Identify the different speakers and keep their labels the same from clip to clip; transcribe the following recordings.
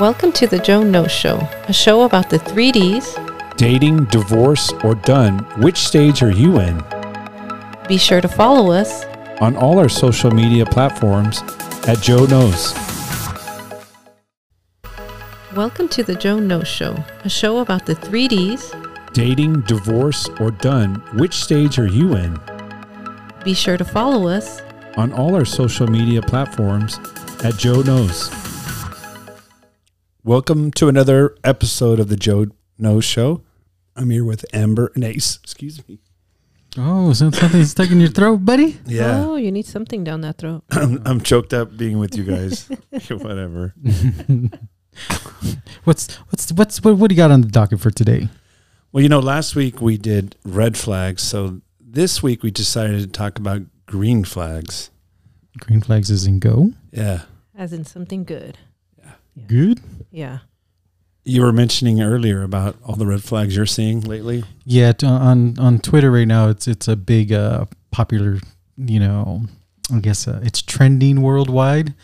Speaker 1: Welcome to the Joan No Show, a show about the 3Ds.
Speaker 2: Dating, divorce, or done, which stage are you in?
Speaker 1: Be sure to follow us.
Speaker 2: On all our social media platforms at Joe Knows.
Speaker 1: Welcome to the Joan No Show, a show about the 3Ds.
Speaker 2: Dating, divorce, or done, which stage are you in?
Speaker 1: Be sure to follow us.
Speaker 2: On all our social media platforms at Joe Knows. Welcome to another episode of the Joe Knows Show. I'm here with Amber and Ace. Excuse me.
Speaker 3: Oh, so something's stuck in your throat, buddy?
Speaker 2: Yeah.
Speaker 1: Oh, you need something down that throat.
Speaker 2: I'm, I'm choked up being with you guys. Whatever.
Speaker 3: What's what's what's what, what do you got on the docket for today?
Speaker 2: Well, you know, last week we did red flags. So this week we decided to talk about green flags.
Speaker 3: Green flags is in go.
Speaker 2: Yeah.
Speaker 1: As in something good.
Speaker 3: Good.
Speaker 1: Yeah.
Speaker 2: You were mentioning earlier about all the red flags you're seeing lately.
Speaker 3: Yeah, t- uh, on on Twitter right now, it's it's a big uh, popular, you know, I guess uh, it's trending worldwide.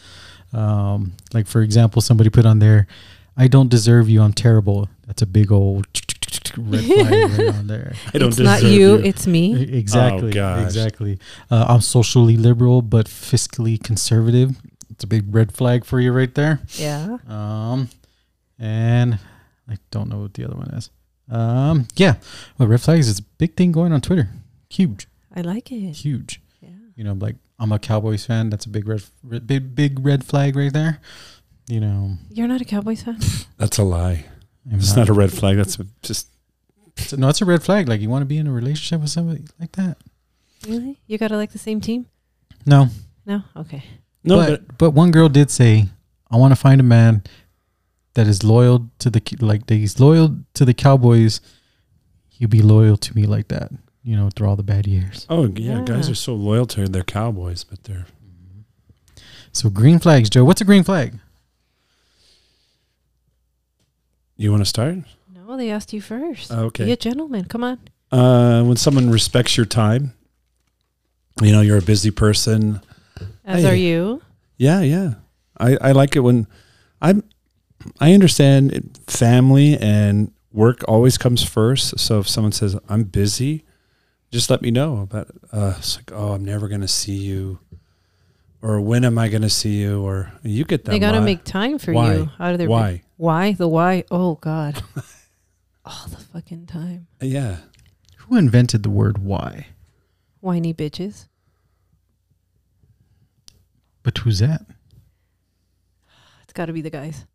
Speaker 3: Um, like for example, somebody put on there, "I don't deserve you. I'm terrible." That's a big old red flag right on there. E,
Speaker 2: I don't
Speaker 1: it's not
Speaker 2: deserve
Speaker 1: you, it's me.
Speaker 3: Exactly.
Speaker 2: gosh.
Speaker 3: Exactly. Uh, I'm socially liberal but fiscally conservative. It's a big red flag for you right there.
Speaker 1: Yeah.
Speaker 3: Um, and I don't know what the other one is. Um, yeah, well, red flags is a big thing going on Twitter. Huge,
Speaker 1: I like it.
Speaker 3: huge.
Speaker 1: Yeah.
Speaker 3: You know, like I'm a Cowboys fan. That's a big red, red big big red flag right there. You know,
Speaker 1: You're not a Cowboys fan?
Speaker 2: That's a lie.
Speaker 3: I'm
Speaker 2: It's not a red flag. That's a, just
Speaker 3: it's- no, it's a red flag. Like you want to be in a relationship with somebody like that?
Speaker 1: Really? You got to like the same team?
Speaker 3: No,
Speaker 1: No? Okay.
Speaker 2: no. But,
Speaker 3: but, but one girl did say, "I want to find a man that is loyal to the like that he's loyal to the Cowboys. He'll be loyal to me like that. You know, through all the bad years."
Speaker 2: oh yeah,
Speaker 1: Yeah.
Speaker 2: guys are so loyal to their cowboys, but they're
Speaker 3: So green flags, Joe. What's a green flag?
Speaker 2: you want to start?
Speaker 1: No, they asked you first.
Speaker 2: Uh, Okay.
Speaker 1: Be a gentleman. Come on.
Speaker 2: Uh, when someone respects your time, you know you're a busy person.
Speaker 1: As
Speaker 2: Hey.
Speaker 1: are you.
Speaker 2: Yeah, yeah. I, I like it when I'm I understand it, family and work always comes first. So if someone says I'm busy, just let me know. But uh, it's like, oh, I'm never gonna see you, or when am I gonna see you, or you get that.
Speaker 1: They got to
Speaker 2: lot.
Speaker 1: make time for
Speaker 2: Why?
Speaker 1: you out of their
Speaker 2: why?
Speaker 1: Why? The why? Oh, God. All the fucking time.
Speaker 2: Yeah,
Speaker 3: Who invented the word why?
Speaker 1: Whiny bitches.
Speaker 3: But who's that?
Speaker 1: It's got to be the guys.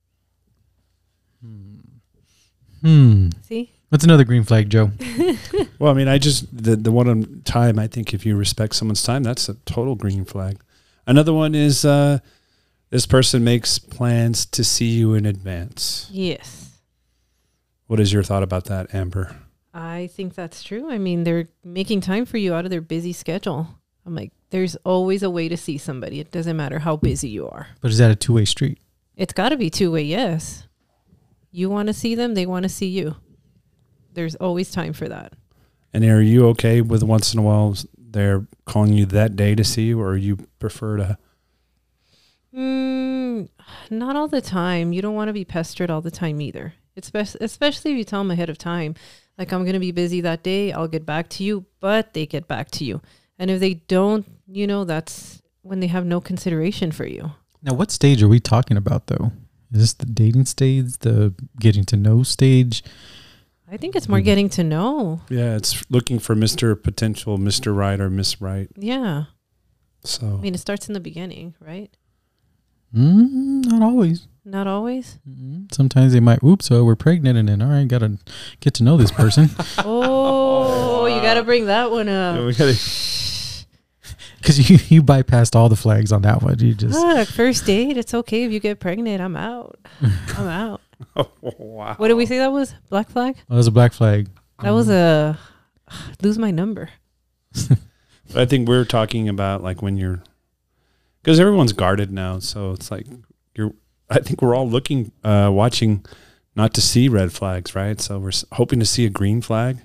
Speaker 3: Hmm.
Speaker 1: See?
Speaker 3: What's another green flag, Joe?
Speaker 2: Well, I mean, I just the the one on time. I think if you respect someone's time, that's a total green flag. Another one is uh, this person makes plans to see you in advance.
Speaker 1: Yes.
Speaker 2: What is your thought about that, Amber?
Speaker 1: I think that's true. I mean, they're making time for you out of their busy schedule. I'm like, there's always a way to see somebody. It doesn't matter how busy you are.
Speaker 3: But is that a two-way street?
Speaker 1: It's got to be two way, yes. You want to see them, they want to see you. There's always time for that.
Speaker 2: And are you okay with once in a while they're calling you that day to see you, or you prefer to?
Speaker 1: Mm, not all the time. You don't want to be pestered all the time either. It's best, especially if you tell them ahead of time, like I'm going to be busy that day. I'll get back to you, but they get back to you. And if they don't, you know, that's when they have no consideration for you.
Speaker 3: Now, what stage are we talking about, though? Is this the dating stage, the getting to know stage?
Speaker 1: I think it's more
Speaker 2: Hmm.
Speaker 1: getting to know.
Speaker 2: Yeah, it's looking for Mister Potential, Mister Right or Miss Right.
Speaker 1: Yeah. I
Speaker 2: So
Speaker 1: mean, it starts in the beginning, right?
Speaker 3: Mm, not always.
Speaker 1: Not always.
Speaker 3: Mm, Sometimes they might. Oops, oh, we're pregnant, and then all right, gotta get to know this person
Speaker 1: Oh, you got to bring that one
Speaker 2: Yeah,
Speaker 1: up.
Speaker 2: we gotta-
Speaker 3: because you you bypassed all the flags on that one. You just oh,
Speaker 1: Look, first date, it's okay if you get pregnant. I'm out. I'm out.
Speaker 2: wow.
Speaker 1: What did we say that was? Black flag?
Speaker 3: oh, that was a black flag.
Speaker 1: That
Speaker 3: Mm.
Speaker 1: was a lose my number.
Speaker 2: But I think we're talking about like when you're, because everyone's guarded now. So it's like you're. I think we're all looking, uh, watching, not to see red flags, right? So we're s- hoping to see a green flag,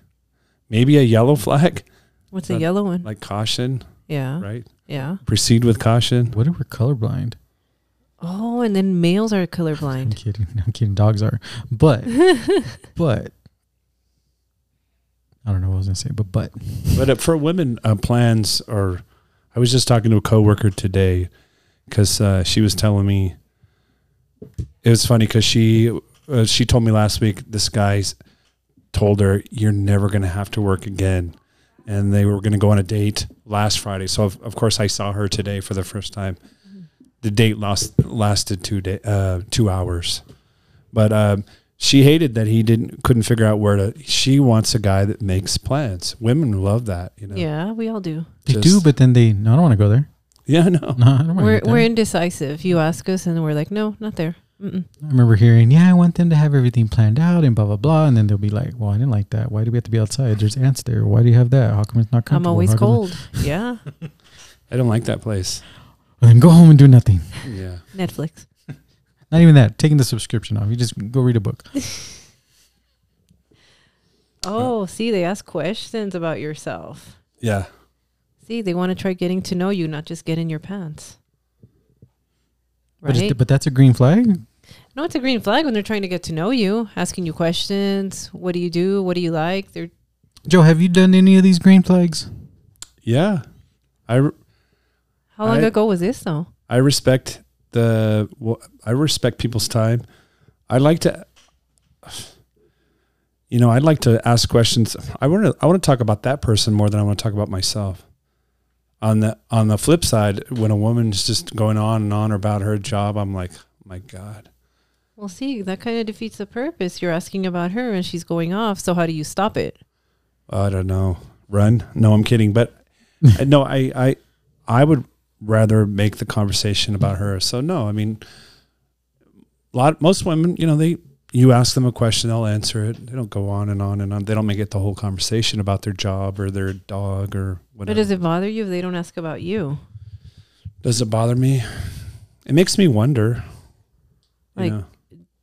Speaker 2: maybe a yellow flag,
Speaker 1: What's
Speaker 2: Uh,
Speaker 1: the yellow one?
Speaker 2: like caution,
Speaker 1: yeah.
Speaker 2: right?
Speaker 1: Yeah.
Speaker 2: Proceed with caution.
Speaker 3: What if we're colorblind?
Speaker 1: Oh, and then males are colorblind.
Speaker 3: I'm kidding. I'm kidding. Dogs are, but but I don't know what I was gonna say, but but
Speaker 2: But uh, for women, uh, plans are. I was just talking to a coworker today because uh, she was telling me it was funny because she uh, she told me last week this guy's told her you're never gonna have to work again, and they were gonna go on a date last Friday. So of, of course I saw her today for the first time. The date lost lasted two day uh, two hours, but um, she hated that he didn't couldn't figure out where to. She wants a guy that makes plans. Women love that, you know.
Speaker 1: Yeah, we all do.
Speaker 3: they
Speaker 2: Just-
Speaker 3: do, but then they. No, I don't want to go there.
Speaker 2: Yeah, no.
Speaker 3: No, I don't want
Speaker 1: We're
Speaker 3: to.
Speaker 1: we're indecisive. You ask us, and we're like, no, not there. Mm-mm.
Speaker 3: I remember hearing, yeah, I want them to have everything planned out and blah blah blah, and then they'll be like, well, I didn't like that. Why do we have to be outside? There's ants there. Why do you have that? How come it's not
Speaker 1: I'm
Speaker 3: comfortable?
Speaker 1: always
Speaker 3: How come-
Speaker 1: cold. yeah,
Speaker 2: I don't like that place.
Speaker 3: Then go home and do nothing.
Speaker 2: Yeah.
Speaker 1: Netflix.
Speaker 3: Not even that. Taking the subscription off. You just go read a book.
Speaker 1: Oh, see, they ask questions about yourself.
Speaker 2: Yeah.
Speaker 1: See, they want to try getting to know you, not just get in your pants.
Speaker 3: But,
Speaker 1: Right?
Speaker 3: it's, but that's a green flag.
Speaker 1: no, it's a green flag when they're trying to get to know you, asking you questions. What do you do? What do you like? They're
Speaker 3: Joe, have you done any of these green flags?
Speaker 2: Yeah. I re-
Speaker 1: how long
Speaker 2: I-
Speaker 1: ago was this though?
Speaker 2: I respect the well, I respect people's time. I like to you know, I'd like to ask questions. I want to I want to talk about that person more than I want to talk about myself. On the on the flip side, when a woman's just going on and on about her job, I'm like, "Oh "My god."
Speaker 1: Well, see, that kind of defeats the purpose. You're asking about her, and she's going off. So how do you stop it?
Speaker 2: I don't know. Run? No, I'm kidding. But uh, no, I, I, I would rather make the conversation about her. So no, I mean, lot most women, you know, they you ask them a question, they'll answer it. They don't go on and on and on. They don't make it the whole conversation about their job or their dog or
Speaker 1: But
Speaker 2: whatever.
Speaker 1: does it bother you if they don't ask about you?
Speaker 2: Does it bother me? It makes me wonder. You
Speaker 1: Like-
Speaker 2: know,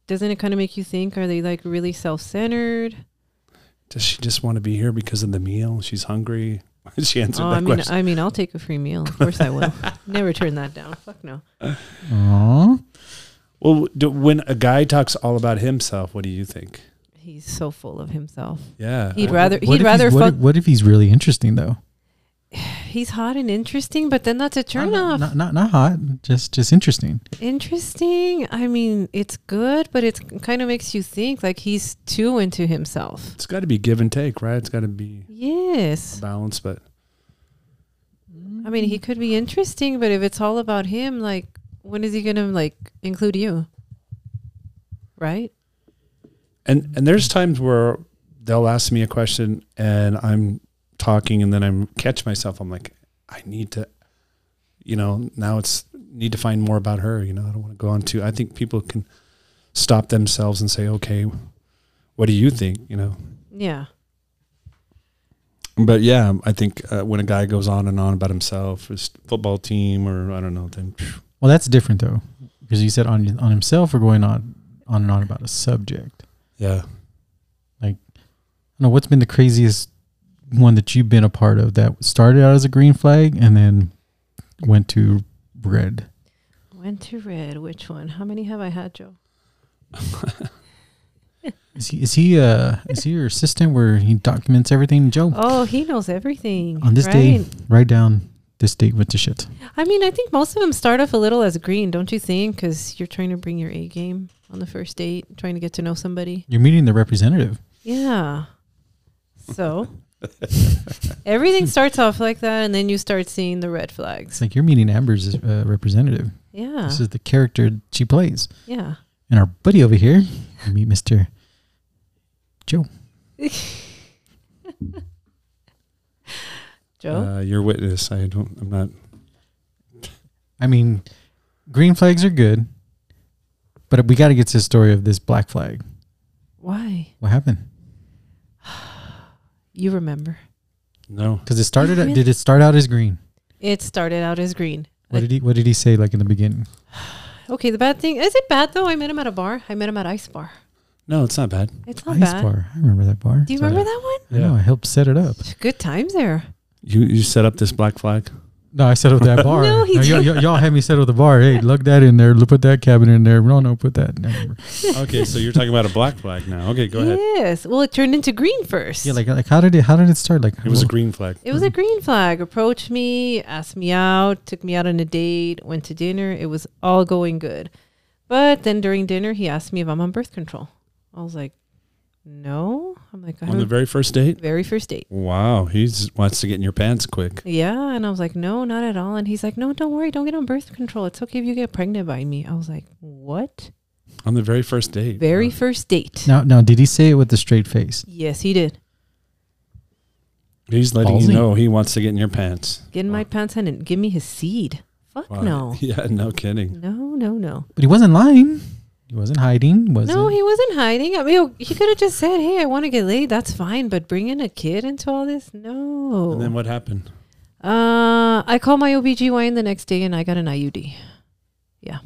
Speaker 1: Doesn't it kind of make you think? Are they like really self-centered?
Speaker 2: does she just want to be here because of the meal? She's hungry. she answered
Speaker 1: Oh,
Speaker 2: that
Speaker 1: I mean,
Speaker 2: question.
Speaker 1: I mean, I'll take a free meal. Of course, I will. Never turn that down. Fuck no.
Speaker 3: Aww.
Speaker 2: well, do, when a guy talks all about himself, what do you think?
Speaker 1: He's so full of himself.
Speaker 2: Yeah.
Speaker 1: He'd
Speaker 2: I-
Speaker 1: rather.
Speaker 3: what
Speaker 1: He'd rather
Speaker 3: If he's, what,
Speaker 1: fuck.
Speaker 3: if, what if he's really interesting though?
Speaker 1: He's hot and interesting, but then that's a turn
Speaker 3: Not-
Speaker 1: off.
Speaker 3: Not, not not hot. Just just interesting.
Speaker 1: Interesting. I mean, it's good, but it kind of makes you think like he's too into himself.
Speaker 2: It's got to be give and take, right? It's got to be
Speaker 1: Yes.
Speaker 2: balanced. But
Speaker 1: I mean, he could be interesting, but if it's all about him, like, when is he gonna like include you? Right.
Speaker 2: and and there's times where they'll ask me a question and I'm talking and then I'm catch myself. I'm like, I need to, you know, now it's need to find more about her. You know, I don't want to go on too. I think people can stop themselves and say, okay, what do you think? You know.
Speaker 1: Yeah.
Speaker 2: But yeah, I think uh, when a guy goes on and on about himself, his football team, or I don't know, then phew,
Speaker 3: Well, that's different though, because you said on on himself or going on on and on about a subject.
Speaker 2: yeah.
Speaker 3: I don't know what's been the craziest one that you've been a part of that started out as a green flag and then went to red.
Speaker 1: Went to red. Which one? How many have I had, Joe?
Speaker 3: Is he is he uh is he your assistant where he documents everything? Joe,
Speaker 1: Oh, he knows everything.
Speaker 3: on this day, write down this date with the shit.
Speaker 1: I mean, I think most of them start off a little as green, don't you think? Because you're trying to bring your A game on the first date, trying to get to know somebody.
Speaker 3: You're meeting the representative.
Speaker 1: Yeah. So everything starts off like that, and then you start seeing the red
Speaker 3: It's
Speaker 1: flags.
Speaker 3: like you're meeting Amber's uh, representative.
Speaker 1: Yeah.
Speaker 3: This is the character she plays.
Speaker 1: Yeah.
Speaker 3: And our buddy over here, meet Mister.
Speaker 1: Joe?
Speaker 2: Uh, your witness. I don't. I'm not.
Speaker 3: I mean, green flags are good, but we got to get to the story of this black flag.
Speaker 1: Why?
Speaker 3: What happened?
Speaker 1: You remember.
Speaker 2: No.
Speaker 3: Because it started. out
Speaker 1: Really?
Speaker 3: Did it start out as green?
Speaker 1: It started out as green.
Speaker 3: What did he What did he say like in the beginning?
Speaker 1: Okay, the bad thing is it bad though? I met him at a bar. I met him at Ice Bar.
Speaker 2: No, it's not bad.
Speaker 1: It's not
Speaker 3: Ice
Speaker 1: bad.
Speaker 3: bar. I remember that bar.
Speaker 1: Do you
Speaker 3: So,
Speaker 1: remember that one?
Speaker 3: I know. I helped set it up.
Speaker 1: Good times there.
Speaker 2: You you set up this black flag.
Speaker 3: No, I settled that bar.
Speaker 1: No, he
Speaker 3: No, y'all,
Speaker 1: didn't.
Speaker 3: y'all- y'all had me settle the bar. Hey, lug that in there. Put that cabinet in there. No, no, put that. No, no.
Speaker 2: okay, so you're talking about a black flag now. Okay, go ahead.
Speaker 1: Yes. Well, it turned into green first.
Speaker 3: Yeah, like like how did it how did it start? Like
Speaker 2: It was a green flag.
Speaker 1: It was a green flag. Approached me, asked me out, took me out on a date, went to dinner. It was all going good. But then during dinner, he asked me if I'm on birth control. I was like, no. I'm like, I'm
Speaker 2: On the very first date?
Speaker 1: very first date.
Speaker 2: Wow, he wants to get in your pants quick.
Speaker 1: Yeah. And I was like, no, not at all. And he's like, no, don't worry. Don't get on birth control. It's okay if you get pregnant by me. I was like, what?
Speaker 2: On the very first date.
Speaker 1: Very first date.
Speaker 3: now now did he say it with a straight face?
Speaker 1: Yes, he did.
Speaker 2: He's letting
Speaker 3: Ballsy.
Speaker 2: you know he wants to get in your pants.
Speaker 1: Get in my pants and and give me his seed. Fuck
Speaker 2: Wow.
Speaker 1: no.
Speaker 2: Yeah, no kidding.
Speaker 1: No, no, no.
Speaker 3: But he wasn't lying. He wasn't hiding, was
Speaker 1: no,
Speaker 3: it?
Speaker 1: he wasn't hiding. I mean, he could have just said, "Hey, I want to get laid. That's fine." But bringing a kid into all this, no.
Speaker 2: And then what happened?
Speaker 1: uh, I called my OBGYN the next day, and I got an IUD. Yeah.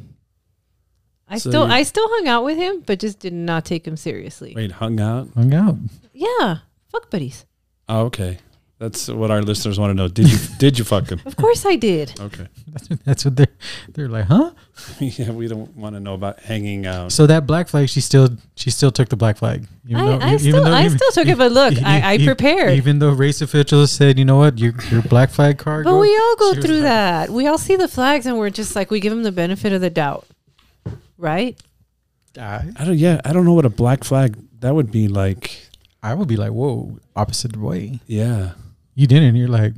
Speaker 1: I
Speaker 2: So
Speaker 1: still
Speaker 2: you-
Speaker 1: I still hung out with him, but just did not take him seriously.
Speaker 2: Wait, hung out?
Speaker 3: hung out.
Speaker 1: Yeah, fuck buddies.
Speaker 2: Oh, okay. That's what our listeners want to know. Did you did you fuck him?
Speaker 1: Of course I did.
Speaker 2: Okay.
Speaker 3: That's what they're they're like, huh?
Speaker 2: yeah, we don't want to know about hanging out.
Speaker 3: So that black flag, she still she still took the black flag. Even
Speaker 1: I,
Speaker 3: though-
Speaker 1: I
Speaker 3: even
Speaker 1: still
Speaker 3: though-
Speaker 1: I
Speaker 3: even- e-
Speaker 1: still took it, but look,
Speaker 3: even-
Speaker 1: I, I
Speaker 3: even-
Speaker 1: prepared.
Speaker 3: Even though race officials said, you know what, your your black flag card.
Speaker 1: but
Speaker 3: go-
Speaker 1: we all go
Speaker 3: she was
Speaker 1: through
Speaker 3: like,
Speaker 1: that. We all see the flags, and we're just like we give them the benefit of the doubt, right?
Speaker 3: I,
Speaker 2: I don't yeah, I don't know what a black flag that would be like.
Speaker 3: I would be like, whoa, opposite way.
Speaker 2: Yeah.
Speaker 3: You didn't. You're like,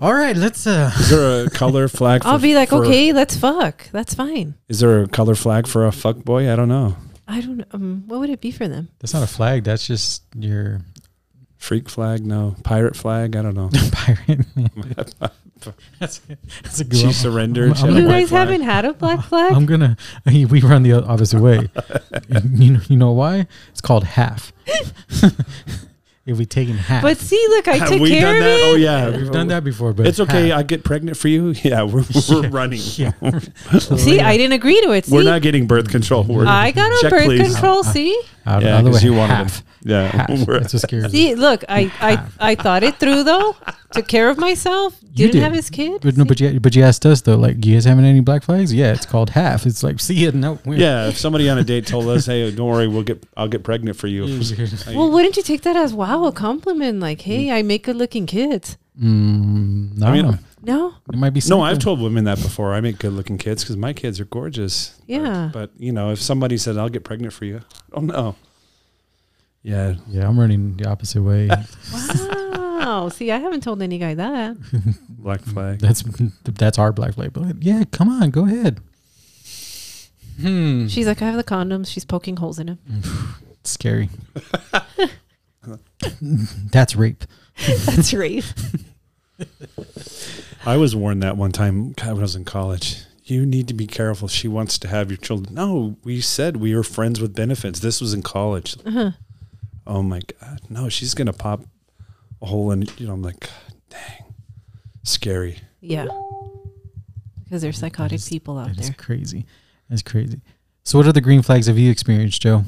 Speaker 3: all right, let's uh,
Speaker 2: Is there a color flag
Speaker 1: I'll be like,
Speaker 2: for-
Speaker 1: okay, let's fuck. That's fine.
Speaker 2: Is there a color flag for a fuck boy? I don't know.
Speaker 1: I don't. Um, what would it be for them?
Speaker 3: That's not a flag. That's just your
Speaker 2: Freak flag? No. Pirate flag? I don't know.
Speaker 3: pirate. that's, that's a good
Speaker 2: she
Speaker 3: one.
Speaker 2: surrendered. She
Speaker 3: I'm
Speaker 2: had a
Speaker 1: you
Speaker 3: gonna-
Speaker 2: white
Speaker 1: guys
Speaker 2: flag.
Speaker 1: haven't had a black flag.
Speaker 3: I'm gonna. I mean, we run the opposite way. And you know. You know why? It's called half. if we take in half,
Speaker 1: but see, look, I
Speaker 2: Have
Speaker 1: took
Speaker 2: we
Speaker 1: care
Speaker 2: done
Speaker 1: of
Speaker 2: that?
Speaker 1: it.
Speaker 2: Oh yeah,
Speaker 3: we've done that before. But
Speaker 2: It's okay.
Speaker 3: half.
Speaker 2: I get pregnant for you. Yeah, we're, we're running.
Speaker 3: Oh, yeah.
Speaker 1: See, I didn't agree to it. See,
Speaker 2: We're not getting birth control. We're,
Speaker 1: I got on
Speaker 2: Check,
Speaker 1: birth
Speaker 2: please.
Speaker 1: control.
Speaker 3: Ah.
Speaker 1: See,
Speaker 3: Out,
Speaker 2: yeah,
Speaker 3: out of the way.
Speaker 2: because you wanted
Speaker 3: half.
Speaker 2: them. Yeah,
Speaker 3: Half.
Speaker 2: we're-
Speaker 3: That's what scares me.
Speaker 1: see, look, I, I, I thought it through though. Took care of myself. Didn't
Speaker 3: You did.
Speaker 1: have his kid.
Speaker 3: But no, but you, but you asked us though, like you guys having any black flags? Yeah, it's called half. It's like see it. No, we're,
Speaker 2: yeah. If somebody on a date told us, "Hey, don't worry, we'll get I'll get pregnant for you,"
Speaker 1: Mm.
Speaker 3: Mm,
Speaker 1: well, wouldn't you take that as wow, a compliment? Like, hey, I make good-looking kids.
Speaker 3: Mm, no,
Speaker 2: I mean,
Speaker 1: No,
Speaker 3: it might be.
Speaker 2: no, I've
Speaker 3: something.
Speaker 2: told women that before. I make good-looking kids because my kids are gorgeous.
Speaker 1: Yeah.
Speaker 2: but, but, you know, if somebody said, "I'll get pregnant for you," oh no. Yeah,
Speaker 3: Yeah, I'm running the opposite way.
Speaker 1: wow. see, I haven't told any guy that.
Speaker 3: Mm-hmm.
Speaker 2: black flag.
Speaker 3: that's that's our black flag. But yeah, come on, go ahead. Hmm,
Speaker 1: She's like, I have the condoms. She's poking holes in him.
Speaker 3: scary. that's rape. Mm-hmm.
Speaker 1: That's rape.
Speaker 2: I was warned that one time God, when I was in college. You need to be careful. She wants to have your children. No, we said we were friends with benefits. This was in college.
Speaker 1: Uh-huh.
Speaker 2: Oh my God. No, she's going to pop a hole in, you know, I'm like, God, dang, scary.
Speaker 1: Yeah. Because there's psychotic
Speaker 3: is-
Speaker 1: people out
Speaker 3: That is
Speaker 1: there.
Speaker 3: crazy. That's crazy. So, what other green flags have you experienced, Joe?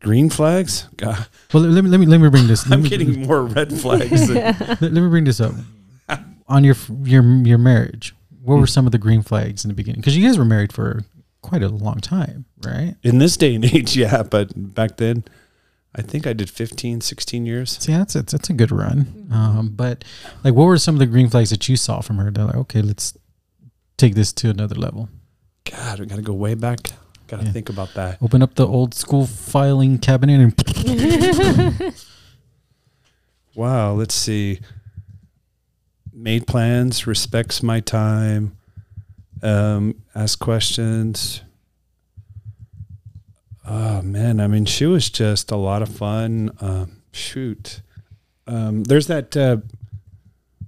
Speaker 2: Green flags? God,
Speaker 3: Well, let me let me let me bring this. let
Speaker 2: I'm
Speaker 3: me-
Speaker 2: getting more red flags. than-
Speaker 3: let, let me bring this up on your your your marriage what were some of the green flags in the beginning because you guys were married for quite a long time right
Speaker 2: in this day and age, yeah. But back then, I think I did 15, 16 years.
Speaker 3: so yeah that's a, that's a good run um, but like what were some of the green flags that you saw from her they're like okay let's take this to another level
Speaker 2: God, we got to go way back. Got to
Speaker 3: Yeah.
Speaker 2: think about that.
Speaker 3: open up the old school filing cabinet and
Speaker 2: Wow, let's see. Made plans, respects my time, um, ask questions. Oh man, I mean, she was just a lot of fun. Um, shoot, um, there's that. Uh,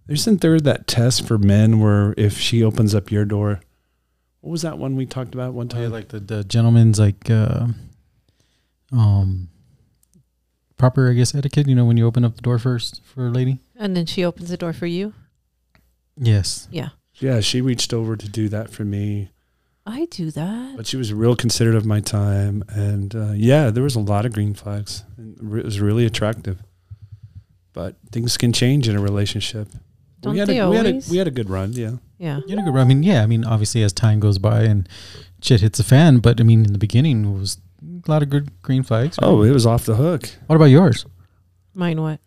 Speaker 2: isn't there that test for men where if she opens up your door, what was that one we talked about one time?
Speaker 3: Oh, like the, the gentleman's like uh, um proper i guess etiquette you know when you open up the door first for a lady
Speaker 1: And then she opens the door for you.
Speaker 3: yes
Speaker 1: Yeah.
Speaker 2: yeah, she reached over to do that for me.
Speaker 1: I do that.
Speaker 2: but she was real considerate of my time and uh, yeah there was a lot of green flags And re- it was really attractive but things can change in a relationship
Speaker 1: Don't
Speaker 2: we had
Speaker 1: they
Speaker 2: a, We had,
Speaker 1: always?
Speaker 2: a, we had a good run. Yeah.
Speaker 1: yeah.
Speaker 3: You know, I mean, yeah, I mean, obviously as time goes by and shit hits the fan, but I mean, in the beginning it was a lot of good green flags.
Speaker 2: Oh, it was off the hook.
Speaker 3: What about yours?
Speaker 1: Mine what?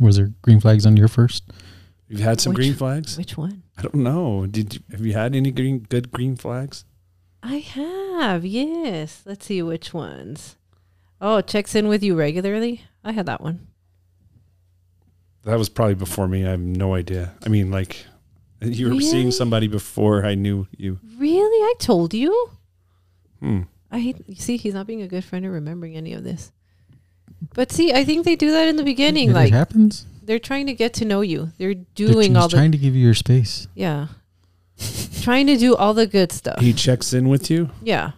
Speaker 3: Was there green flags on your first?
Speaker 2: You've had some
Speaker 1: Which-
Speaker 2: green flags.
Speaker 1: Which one?
Speaker 2: I don't know. Did you, have you had any green good green flags?
Speaker 1: I have, yes. Let's see which ones. Oh, checks in with you regularly. I had that one.
Speaker 2: That was probably before me. I have no idea. I mean, like you were seeing
Speaker 1: Really?
Speaker 2: somebody before I knew you.
Speaker 1: Really? I told you.
Speaker 2: Hmm.
Speaker 1: I hate, you see, he's not being a good friend or remembering any of this. But see, I think they do that in the beginning.
Speaker 3: It
Speaker 1: Like
Speaker 3: happens.
Speaker 1: they're trying to get to know you. They're
Speaker 3: They're
Speaker 1: doing
Speaker 3: just
Speaker 1: all the
Speaker 3: trying to give you your space.
Speaker 1: yeah, trying to do all the good stuff.
Speaker 2: He checks in with you.
Speaker 1: yeah.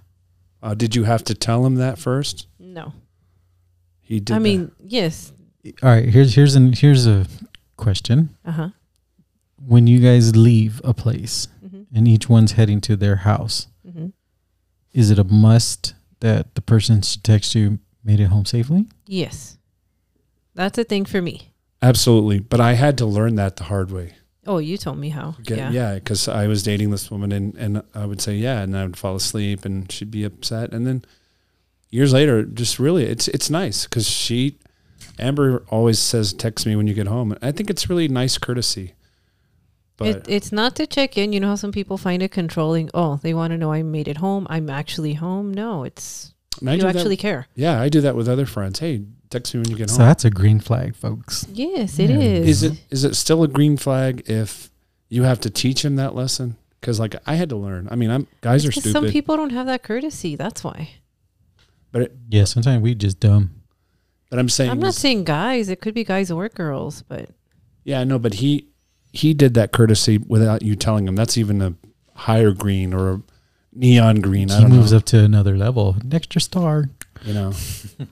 Speaker 2: Uh, did you have to tell him that first?
Speaker 1: No.
Speaker 2: He did.
Speaker 1: I
Speaker 2: that.
Speaker 1: mean, yes.
Speaker 3: All right, here's here's an here's a question.
Speaker 1: Uh huh.
Speaker 3: When you guys leave a place
Speaker 1: hmm
Speaker 3: and each one's heading to their house,
Speaker 1: hmm
Speaker 3: is it a must that the person should text you made it home safely?
Speaker 1: Yes. That's a thing for me.
Speaker 2: absolutely. But I had to learn that the hard way.
Speaker 1: Oh, you told me how.
Speaker 2: Get-
Speaker 1: yeah.
Speaker 2: yeah, because I was dating this woman, and and I would say yeah, and I would fall asleep, and she'd be upset, and then years later, just really, it's it's nice because she, Amber always says, text me when you get home. I think it's really nice courtesy, but
Speaker 1: It, it's not to check in. You know how some people find it controlling. Oh, they want to know I made it home. I'm actually home. No, it's
Speaker 2: and I
Speaker 1: you
Speaker 2: do
Speaker 1: actually
Speaker 2: that,
Speaker 1: care.
Speaker 2: yeah, I do that with other friends. Hey, text me when you get
Speaker 3: So
Speaker 2: home.
Speaker 3: that's a green flag, folks.
Speaker 1: Yes, it
Speaker 3: Yeah.
Speaker 1: is.
Speaker 2: Is it is it still a green flag if you have to teach him that lesson? Because like I had to learn. I mean, I'm guys
Speaker 1: It's
Speaker 2: are
Speaker 1: 'cause
Speaker 2: stupid,
Speaker 1: Some people don't have that courtesy. That's why.
Speaker 2: but it,
Speaker 3: Yeah, sometimes we just dumb.
Speaker 2: but I'm saying
Speaker 1: I'm not
Speaker 2: is-
Speaker 1: saying guys. It could be guys or girls, but
Speaker 2: Yeah, no, but he he did that courtesy without you telling him. That's even a higher green or a neon green. I
Speaker 3: he
Speaker 2: don't
Speaker 3: moves
Speaker 2: know.
Speaker 3: up to another level, an extra star.
Speaker 2: You know,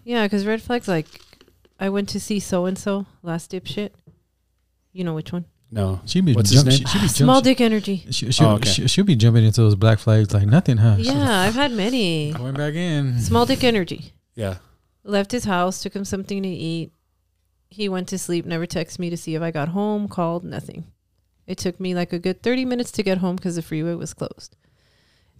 Speaker 1: yeah, because red flags. Like, I went to see so and so last dipshit. You know which one?
Speaker 2: no.
Speaker 3: She be
Speaker 2: What's his
Speaker 3: jump,
Speaker 2: name?
Speaker 3: She, she be
Speaker 1: Small
Speaker 3: jump,
Speaker 1: dick energy.
Speaker 3: She, she,
Speaker 2: Oh, okay.
Speaker 3: she, she'll be jumping into those black flags like nothing, huh? She's
Speaker 1: Yeah, I've had many.
Speaker 3: Going back in.
Speaker 1: Small dick energy.
Speaker 2: Yeah,
Speaker 1: Left his house, took him something to eat. He went to sleep, never texted me to see if I got home, called, nothing. It took me like a good 30 minutes to get home because the freeway was closed.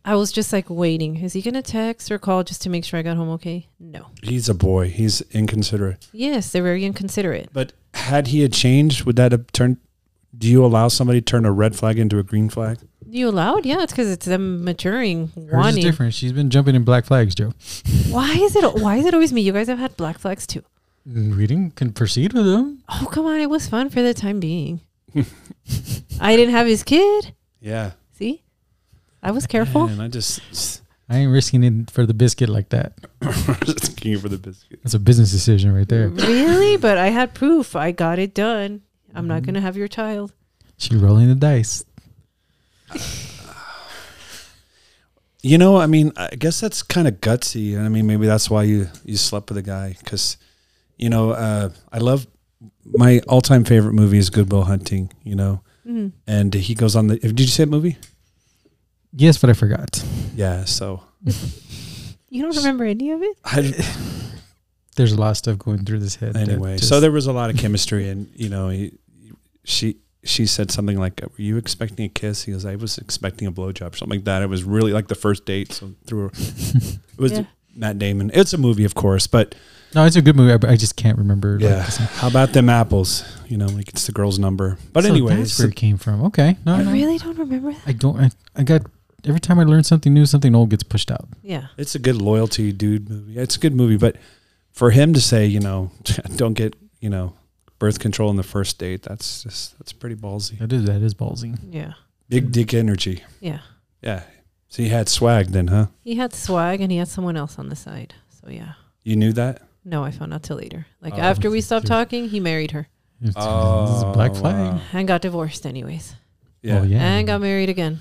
Speaker 1: I was just like waiting. Is he going to text or call just to make sure I got home okay? No.
Speaker 2: he's a boy. He's inconsiderate.
Speaker 1: Yes, they're very inconsiderate.
Speaker 2: But had he had changed, would that have turned? Do you allow somebody to turn a red flag into a green flag?
Speaker 1: You allowed? Yeah, it's because it's them maturing,
Speaker 3: Hers is
Speaker 1: wanting.
Speaker 3: different. She's been jumping in black flags, Joe.
Speaker 1: Why is it? Why is it always me? You guys have had black flags too.
Speaker 2: Mm,
Speaker 3: We didn't can proceed with them.
Speaker 1: Oh come on, it was fun for the time being. I didn't have his kid.
Speaker 2: Yeah.
Speaker 1: See, I was careful.
Speaker 2: And I just
Speaker 3: I ain't risking it for the biscuit like that.
Speaker 2: asking for the biscuit.
Speaker 3: That's a business decision right there.
Speaker 1: Mm. Really? But I had proof. I got it done. I'm not going to have your child.
Speaker 3: She rolling the dice.
Speaker 2: You know, I mean, I guess that's kind of gutsy. and I mean, maybe that's why you you slept with a guy because, you know, uh, I love my all time favorite movie is Goodwill Hunting. You know,
Speaker 1: Mhm.
Speaker 2: and he goes on the. Did you see that movie?
Speaker 3: Yes, but I forgot.
Speaker 2: Yeah. So
Speaker 1: You don't remember any of it?
Speaker 2: I,
Speaker 3: There's a lot of stuff going through this head. that
Speaker 2: anyway,
Speaker 3: just-
Speaker 2: so there was a lot of chemistry, and you know, he, she she said something like, "Were you expecting a kiss?" He goes, "I was expecting a blowjob, or something like that." It was really like the first date. So through it was
Speaker 1: Yeah.
Speaker 2: Matt Damon. It's a movie, of course, but
Speaker 3: no, it's a good movie. I, I just can't remember. like,
Speaker 2: Yeah.
Speaker 3: the scene.
Speaker 2: How about them apples? You know, like it's the girl's number. But
Speaker 3: So
Speaker 2: anyway,
Speaker 3: that's where it came from. Okay, no,
Speaker 1: I
Speaker 3: no.
Speaker 1: really don't remember that.
Speaker 3: I don't. I, I got every time I learn something new, something old gets pushed out.
Speaker 1: Yeah.
Speaker 2: it's a good loyalty dude movie. It's a good movie, but for him to say, you know, don't get, you know, birth control on the first date, that's just that's pretty ballsy.
Speaker 3: That is that is ballsy.
Speaker 1: Yeah.
Speaker 2: Big dick energy.
Speaker 1: Yeah.
Speaker 2: Yeah. So you had swag then, huh?
Speaker 1: He had swag and he had someone else on the side. So yeah.
Speaker 2: You knew that?
Speaker 1: No, I found out till later. Like
Speaker 2: Oh.
Speaker 1: after we stopped talking, he married her
Speaker 3: It's, this is a black
Speaker 2: Oh,
Speaker 3: flag.
Speaker 2: wow.
Speaker 1: and got divorced anyways.
Speaker 2: Yeah.
Speaker 3: Oh, yeah.
Speaker 1: And got married again.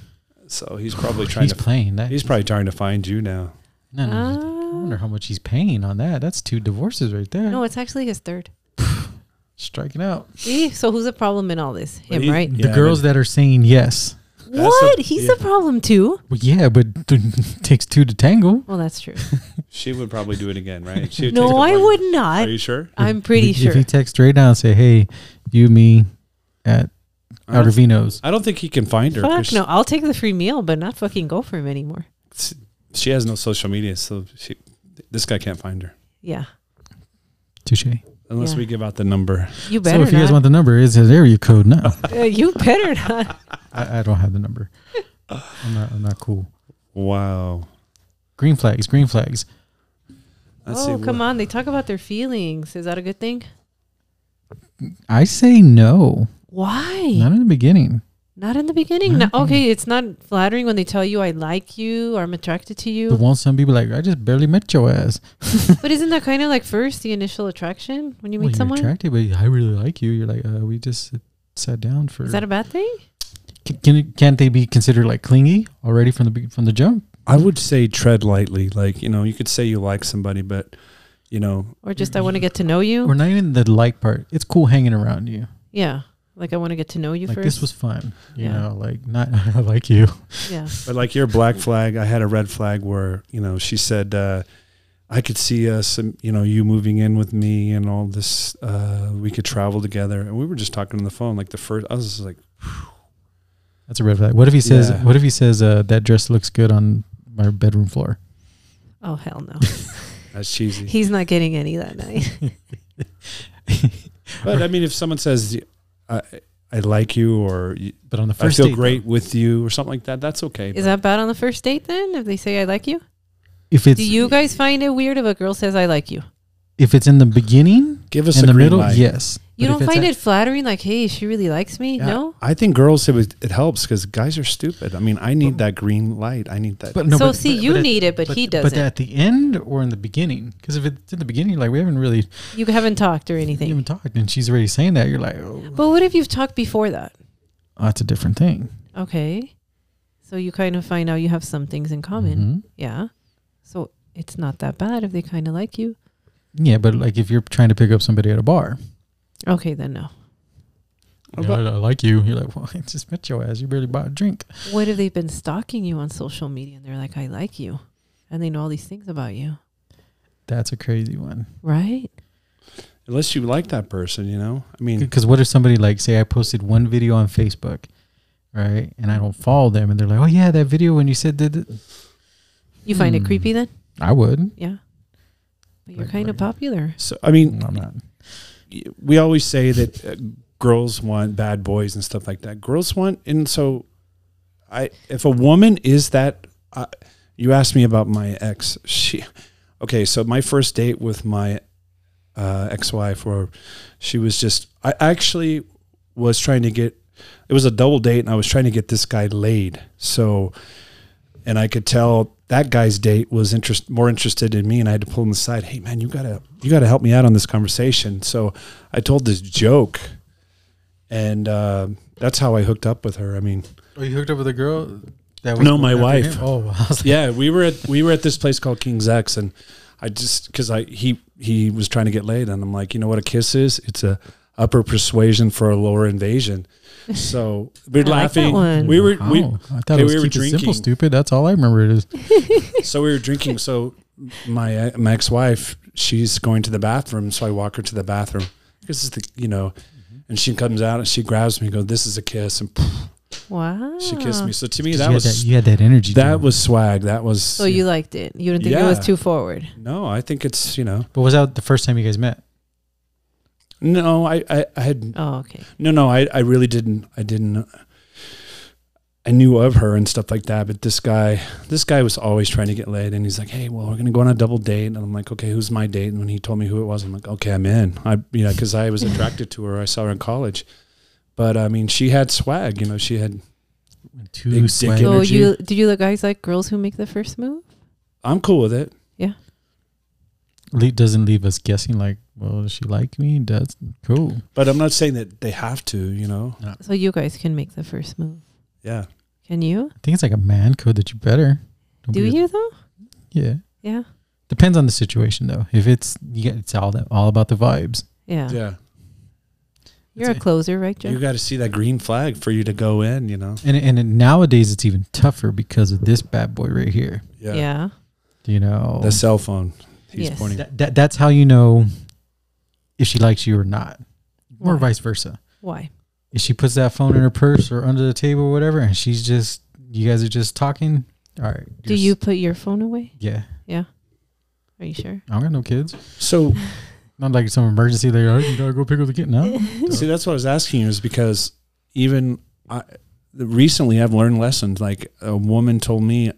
Speaker 2: So he's probably trying
Speaker 3: he's
Speaker 2: to
Speaker 3: playing that.
Speaker 2: he's probably trying to find you now.
Speaker 3: no, no, no. I
Speaker 1: Ah.
Speaker 3: wonder how much he's paying on that. That's two divorces right there.
Speaker 1: No, it's actually his third.
Speaker 3: Striking out.
Speaker 1: See? So who's the problem in all this?
Speaker 2: Well,
Speaker 1: Him,
Speaker 2: he-
Speaker 1: right?
Speaker 2: Yeah,
Speaker 3: the girls that are saying yes.
Speaker 2: the-
Speaker 1: What? He's
Speaker 2: yeah.
Speaker 1: the problem too.
Speaker 3: Well, yeah, but it takes two to tango.
Speaker 1: Well, that's true.
Speaker 2: She would probably do it again, right? She take
Speaker 1: no,
Speaker 2: the
Speaker 1: I
Speaker 2: one-
Speaker 1: would
Speaker 2: Are
Speaker 1: not.
Speaker 2: you sure?
Speaker 1: I'm
Speaker 3: If-
Speaker 1: pretty
Speaker 3: if,
Speaker 1: sure.
Speaker 3: If he texts right now and say, "Hey, you, me, at
Speaker 2: I don't,
Speaker 3: Ardovinos.
Speaker 2: I don't think he can find her. 'cause
Speaker 1: Fuck no, I'll take the free meal, but not fucking go for him anymore.
Speaker 2: she- She has no social media, so she, this guy can't find her
Speaker 1: Yeah,
Speaker 3: Touche.
Speaker 2: unless
Speaker 1: Yeah.
Speaker 2: we give out the number.
Speaker 1: you better
Speaker 3: So if you guys
Speaker 1: not.
Speaker 3: want the number, it's an area code. No,
Speaker 1: Uh, you better not.
Speaker 3: I, I don't have the number. I'm not. I'm not cool.
Speaker 2: Wow.
Speaker 3: Green flags. Green flags.
Speaker 1: oh come on, they talk about their feelings. Is that a good thing?
Speaker 3: I say no.
Speaker 1: Why?
Speaker 3: Not in the beginning.
Speaker 1: Not in the beginning.
Speaker 3: Not
Speaker 1: No,
Speaker 3: in the
Speaker 1: okay, it's not flattering when they tell you I like you or I'm attracted to
Speaker 3: The
Speaker 1: you.
Speaker 3: one some people like. I just barely met your ass.
Speaker 1: But isn't that kind of like first the initial attraction when you meet
Speaker 3: Well, you're
Speaker 1: someone?
Speaker 3: attracted, but I really like you. You're like, uh, we just sat down for.
Speaker 1: Is that a bad thing?
Speaker 3: can, can it- can't they be considered like clingy already from the be- from the jump?
Speaker 2: I would say tread lightly. Like, you know, you could say you like somebody, but, you know,
Speaker 1: Or just I want to get to know you?
Speaker 3: Or not even the like part. It's cool hanging around you.
Speaker 1: Yeah. Like I want to get to know you
Speaker 3: like
Speaker 1: first.
Speaker 3: this was fun. You
Speaker 1: Yeah.
Speaker 3: know, like not I like you.
Speaker 1: yeah.
Speaker 2: but like your black flag, I had a red flag where, you know, she said, uh, I could see us, and, you know, you moving in with me and all this. Uh, we could travel together. And we were just talking on the phone. Like the first, I was just like,
Speaker 3: That's a red flag. What if he says?
Speaker 2: Yeah.
Speaker 3: What if he says uh, that dress looks good on my bedroom floor?
Speaker 1: Oh hell no.
Speaker 2: that's cheesy.
Speaker 1: He's not getting any that night.
Speaker 2: But I mean, if someone says, I, I like you or y-
Speaker 3: But on the
Speaker 2: I
Speaker 3: first
Speaker 2: feel
Speaker 3: date,
Speaker 2: great with you or something like that, that's okay.
Speaker 1: Is that bad on the first date then? If they say I like you?
Speaker 3: if it's
Speaker 1: Do you guys find it weird if a girl says I like you?
Speaker 3: if it's in the beginning
Speaker 2: Give us
Speaker 3: in
Speaker 2: a
Speaker 3: the
Speaker 2: green
Speaker 3: middle,
Speaker 2: light.
Speaker 3: yes.
Speaker 1: You
Speaker 3: But if
Speaker 1: don't
Speaker 3: it's
Speaker 1: find
Speaker 3: at-
Speaker 1: it flattering like, "Hey, she really likes me?"
Speaker 2: Yeah,
Speaker 1: No?
Speaker 2: I think girls it, was- it helps because guys are stupid. I mean, I need that green light. I need that.
Speaker 3: But no,
Speaker 1: so
Speaker 3: but-
Speaker 1: see,
Speaker 3: but-
Speaker 1: you
Speaker 3: but at-
Speaker 1: need it, but, he doesn't.
Speaker 3: But at the end or in the beginning, because if it's in the beginning, like we haven't really
Speaker 1: you haven't talked or anything.
Speaker 3: even talked, and she's already saying that, you're like, oh,
Speaker 1: But what if you've talked before that?
Speaker 3: that's a different thing.
Speaker 1: Okay. So you kind of find out you have some things in common.
Speaker 3: Mhm.
Speaker 1: Yeah. So it's not that bad if they kind of like you.
Speaker 3: Yeah, but like if you're trying to pick up somebody at a bar,
Speaker 1: Okay, then no.
Speaker 2: What
Speaker 3: you know,
Speaker 2: about-
Speaker 3: I like you. You're like, well, I just met your ass. You barely bought a drink.
Speaker 1: What if they've been stalking you on social media and they're like, I like you? And they know all these things about you,
Speaker 3: That's a crazy one.
Speaker 1: right?
Speaker 2: unless you like that person, you know. I mean,
Speaker 3: Because what if somebody like say I posted one video on Facebook, right, and I don't follow them, and they're like, oh yeah, that video when you said that, that-
Speaker 1: You find it
Speaker 3: Hmm.
Speaker 1: creepy then?
Speaker 3: I would.
Speaker 1: Yeah. But you're
Speaker 3: Like-
Speaker 1: kind of
Speaker 3: like-
Speaker 1: popular.
Speaker 2: so I mean,
Speaker 3: I'm not.
Speaker 2: we always say that uh, girls want bad boys and stuff like that. Girls want, and so I, if a woman is that, uh, you asked me about my ex. She, okay, so my first date with my uh, ex-wife, or she was just, I actually was trying to get, it was a double date, and I was trying to get this guy laid. So, and I could tell that guy's date was interest more interested in me, and I had to pull him aside. Hey, man, you gotta you gotta help me out on this conversation. So I told this joke, and uh, that's how I hooked up with her. I mean,
Speaker 3: Oh, you hooked up with a girl? That
Speaker 2: No, my wife.
Speaker 3: Oh, I was like,
Speaker 2: yeah, we were at we were at this place called King's X, and I just because I he he was trying to get laid, and I'm like, you know what a kiss is? It's a upper persuasion for a lower invasion. So we're
Speaker 1: I like that
Speaker 2: laughing.
Speaker 1: one. Oh.
Speaker 2: we were we,
Speaker 3: Wow. Oh, I thought
Speaker 2: hey,
Speaker 3: it was
Speaker 2: we were
Speaker 3: keep it simple,
Speaker 2: drinking.
Speaker 3: stupid. That's all I remember. It is
Speaker 2: so we were drinking. So my my ex wife, she's going to the bathroom, so I walk her to the bathroom. This is the you know, and she comes out and she grabs me, and goes, "This is a kiss," and
Speaker 1: Wow.
Speaker 2: she kissed me. So to me,
Speaker 3: you
Speaker 2: that
Speaker 3: had
Speaker 2: was
Speaker 3: that,
Speaker 2: that,
Speaker 3: you had that energy. dude.
Speaker 2: was swag. That was
Speaker 1: So you liked it. You didn't think it was
Speaker 2: Yeah.
Speaker 1: too forward.
Speaker 2: no. I think it's you know
Speaker 3: But was that the first time you guys met?
Speaker 2: no. I I, I had
Speaker 1: Oh, okay.
Speaker 2: no no. I I really didn't. I didn't. I knew of her and stuff like that, but this guy, this guy was always trying to get laid, and he's like, "Hey, well, we're gonna go on a double date," and I'm like, "Okay, who's my date?" And when he told me who it was, I'm like, "Okay, I'm in." I, you know, because I was attracted to her. I saw her in college, but I mean, she had swag. You know, she had.
Speaker 3: Two
Speaker 2: Big dick
Speaker 3: swag-
Speaker 1: So
Speaker 2: energy.
Speaker 1: you do you guys like girls who make the first move?
Speaker 2: I'm cool with it.
Speaker 3: Le- doesn't leave us guessing. Like, well, does she like me? That's cool.
Speaker 2: But I'm not saying that they have to, you know.
Speaker 1: So you guys can make the first move.
Speaker 2: Yeah.
Speaker 1: Can you?
Speaker 3: I think it's like a man code that you better. Don't
Speaker 1: Do
Speaker 3: be a-
Speaker 1: you though?
Speaker 3: yeah.
Speaker 1: Yeah.
Speaker 3: Depends on the situation though. If it's you get, it's all that, all about the vibes.
Speaker 1: Yeah.
Speaker 2: Yeah.
Speaker 1: You're a
Speaker 3: It's-
Speaker 1: closer, right, Jeff?
Speaker 2: You got to see that green flag for you to go in, you know.
Speaker 3: and and it- nowadays it's even tougher because of this bad boy right here.
Speaker 1: yeah.
Speaker 3: You know,
Speaker 2: The cell phone. He's
Speaker 1: Yes.
Speaker 2: pointing.
Speaker 3: that, that that's how you know if she likes you or not, or
Speaker 1: Why?
Speaker 3: vice versa.
Speaker 1: Why?
Speaker 3: if she puts that phone in her purse or under the table or whatever, and she's just you guys are just talking. All right.
Speaker 1: Do
Speaker 3: just-
Speaker 1: you put your phone away?
Speaker 3: Yeah,
Speaker 1: Are you sure?
Speaker 3: I don't got no kids.
Speaker 2: So
Speaker 3: Not like some emergency. Like, all right, you gotta go pick up the kid now.
Speaker 2: See, that's what I was asking you is because even I, recently I've learned lessons. Like a woman told me,